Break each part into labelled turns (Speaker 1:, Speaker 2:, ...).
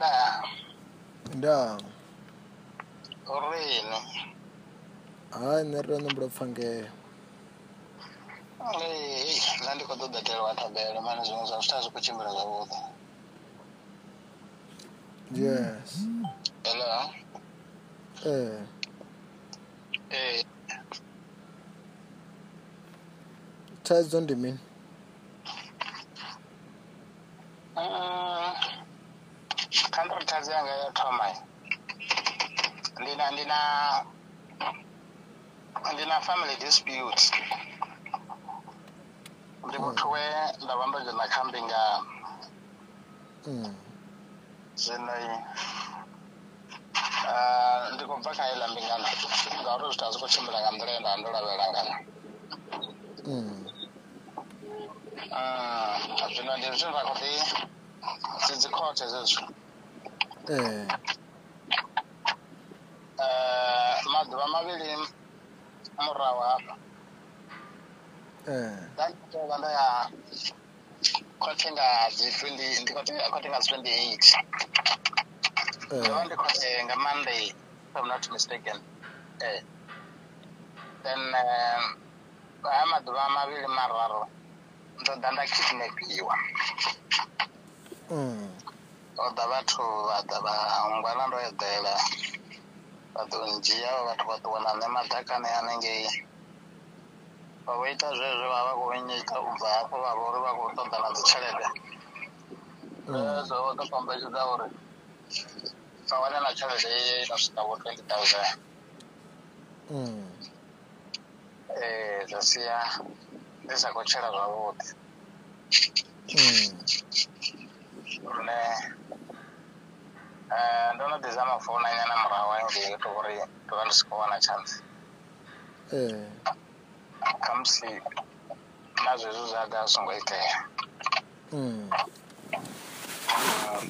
Speaker 1: na
Speaker 2: ndango
Speaker 1: u rini
Speaker 2: hayi nṋe ri ṋombela u pfha ngeyo
Speaker 1: Ei, nda ndi khou ḓo ḓetelwa thabelo mane zwiṅwe zwa zwithu a zwi khou tshimbila zwavhuḓi
Speaker 2: yes Eh,
Speaker 1: hello
Speaker 2: ee
Speaker 1: ee
Speaker 2: thaidzo ndi mini
Speaker 1: khandiritadzi Mm. yanga ya thoma ndi na ndi na ndi na family dispute ndi muthu we nda vha ndo dzhena kha mbingano
Speaker 2: Mm,
Speaker 1: zwino ndi khou bva kha heiḽa mbingano ngauri zwithu a zwi khou tshimbila nga nḓila ye nda vha ndo lavhelela ngayo
Speaker 2: mm,
Speaker 1: Ah, zwino ndi zwithu zwa khou ḓi dzi dzikhothe zwezwo
Speaker 2: ee
Speaker 1: Eh, maḓuvha mavhili murahu hafha
Speaker 2: ee
Speaker 1: nda ndi tovha nda ya khothe nga dzi 20 ndi khou tea khothe nga dzi 28 ndo vha
Speaker 2: ee
Speaker 1: ndi khothe nga monday if i'm not mistaken eh then eh, haya maḓuvha mavhili mararu ndo ḓa nda kidnapiwa
Speaker 2: mm,
Speaker 1: ho ḓa vhathu vha ḓa vha ngwana ndo eḓela vha ḓo ndzhia vha vhathu vha ṱuwa na nṋe madakani hanengei vha vho ita zwezwo vha vha khou nyita u bva hafho vha vha uri vha khou ṱoḓa na dzi tshelede
Speaker 2: mm,
Speaker 1: zwezwo vho ḓo kombetshedza uri vha wane na tshelede ye no swika vho twenty thousand
Speaker 2: mm,
Speaker 1: ee zwa sia ndi sa khou tshela zwavhuḓi
Speaker 2: mm.
Speaker 1: lune eh, ndo no ḓi zama founa nyana murahu hangei to uri ndo vha ndi si khou wana tshantsi
Speaker 2: ee
Speaker 1: khamusi na zwezwo zwa ḓa zwi songo itea
Speaker 2: mm,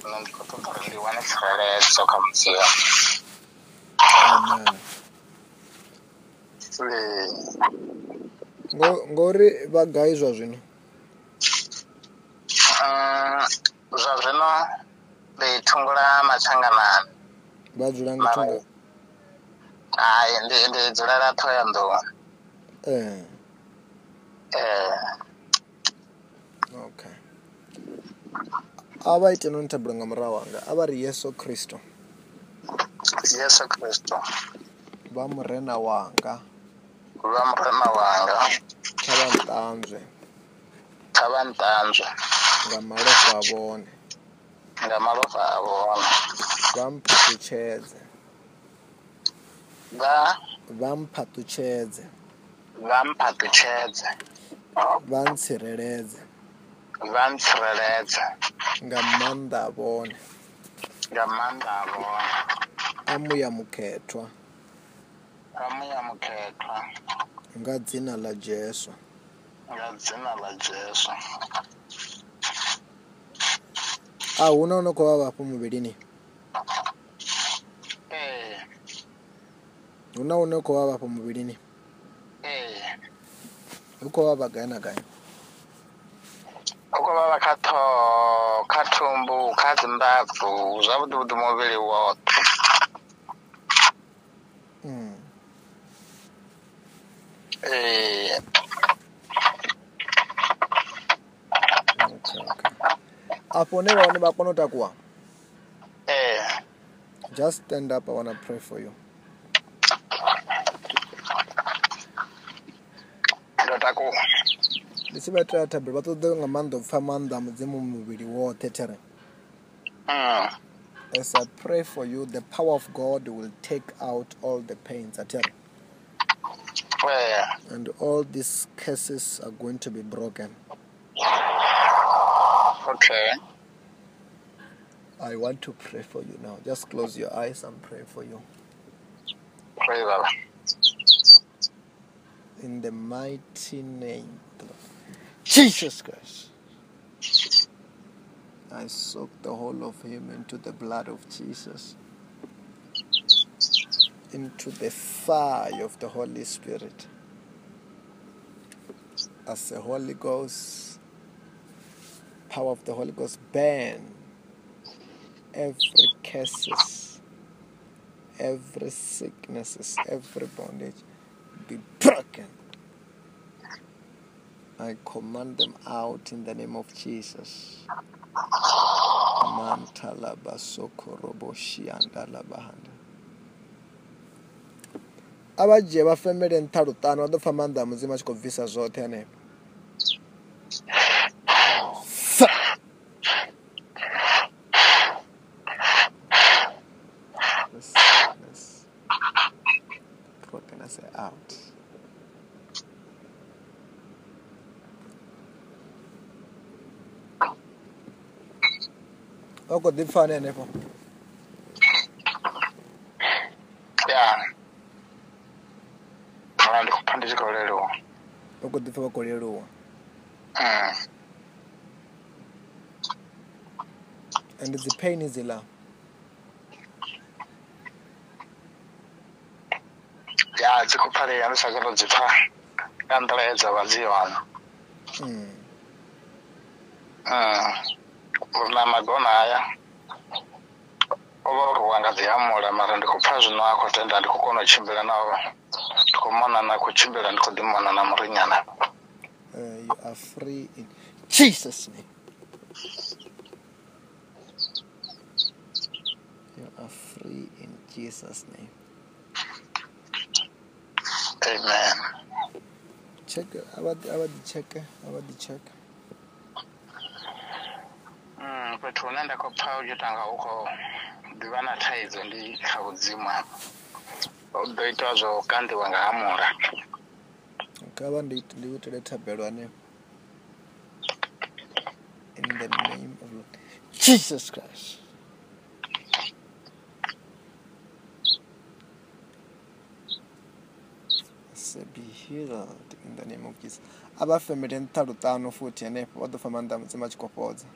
Speaker 1: zwino ndi khou ṱoḓa uri ndi wane tsireledzo kha mudzio
Speaker 2: amen Ngo- ngori vha gai zwa zwino
Speaker 1: eh, zwa zwino ndi thungula matshanganani
Speaker 2: vha dzula nga
Speaker 1: mara
Speaker 2: thunga
Speaker 1: hai ndi ndi dzulela thohoyanḓou
Speaker 2: ee
Speaker 1: eh,
Speaker 2: okay a vha ite noni thabula nga murahu hanga a vha ri yeso kristo
Speaker 1: yesu kristo
Speaker 2: vha murena wanga
Speaker 1: vha murema wanga
Speaker 2: kha vha nṱanzwe
Speaker 1: kha vha nṱanzwe
Speaker 2: nga malofha a vhone
Speaker 1: nga malofha a vhone
Speaker 2: vha mphaṱutshedze
Speaker 1: vha
Speaker 2: vha mphaṱutshedze
Speaker 1: vha mphaṱutshedze
Speaker 2: vha ntsireledze
Speaker 1: vha ntsireledze
Speaker 2: nga maanḓa a vhone
Speaker 1: nga maanḓa a vhone
Speaker 2: a muya mukhethwa
Speaker 1: nga muya mukhethwa
Speaker 2: nga dzina ḽa jesu
Speaker 1: nga dzina ḽa jesu
Speaker 2: a huna u no khou vha vhafho muvhilini
Speaker 1: ee
Speaker 2: hu na une u khou vha vhafho muvhilini
Speaker 1: ee
Speaker 2: hu khou vha vha gai na gai
Speaker 1: u khou vhavha kha ṱhoho kha thumbu kha dzimbabvu zwavhuḓi vhuḓi muvhili woṱhe
Speaker 2: Mm,
Speaker 1: ee
Speaker 2: okay, okay. afho hune vha hone vha kona u takuwa
Speaker 1: ee
Speaker 2: just stand up i wanna pray for you
Speaker 1: ndo takuwa
Speaker 2: ndi tshi vha itela thabelo vha ṱoḓe nga maanḓa u pfha maanḓa a mudzimu muvhili woṱhe there
Speaker 1: Mm.
Speaker 2: as i pray for you the power of god will take out all the pains athere
Speaker 1: ee
Speaker 2: and all these curses are going to be broken
Speaker 1: okay
Speaker 2: i want to pray for you now just close your eyes and pray for you
Speaker 1: pray baba
Speaker 2: in the mighty name of the Lord. jesus christ i soak the whole of him into the blood of jesus into the fire of the holy spirit as the holy ghost power of the holy ghost burn every curses, every sicknesses, every bondage be broken. I command them out in the name of Jesus. Mantalaba sokoroboshiandalabahanda. a va dye va femele nthalutano va to famba ndhawu muzima a tshi khou bvisa zwoṱhe hanefho Sa- the sickness. Broken us out. Loko ḓi pfani henefho.
Speaker 1: ya mala ndi khou pfa ndi tshi khou leluwa
Speaker 2: Loko ḓi pfa vha khou leluwa.
Speaker 1: Mm.
Speaker 2: And dzi pain dzila.
Speaker 1: ya dzi khou pfalea ndi sa koto dzi pfa nga nḓila he dza vha dzi hone
Speaker 2: Mm.
Speaker 1: Mm. uri na magona haya o vha uri wanga ḓi hamula mara ndi khou pfa zwino a khou tenda ndi khou kona u tshimbila nao ndi khou mona na khou tshimbila ndi khou ḓi mona na murinyana
Speaker 2: Uh, you are free in Jesus name. You are free in Jesus name.
Speaker 1: amen
Speaker 2: Check a va a va ḓi check a va ḓi check.
Speaker 1: Mm, fhethu hune nda khou pfa u tshi tanga u khou ḓivha na thaidzo ndi kha vhudzimu hafho u ḓo itwa zwo u kandiwa nga hamula
Speaker 2: Ka vha ndi ndi itele thabelo hanefho. In the name of Lord Jesus Christ. Say, be healed in the name of Jesus. abafemele ntalutano futhi henefho vha ḓo famba nnḓa musi vha tshi khou fhodza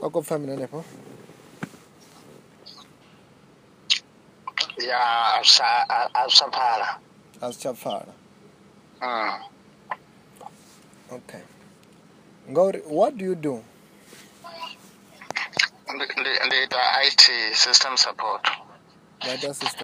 Speaker 2: vha khou pfha mini henefho
Speaker 1: ya a zwi tsha- a a zwi tsha pfala
Speaker 2: a zwi tsha pfala
Speaker 1: Mm.
Speaker 2: okay ngauri what do you do
Speaker 1: ndi ndi- ndi ita it system support
Speaker 2: vha ita system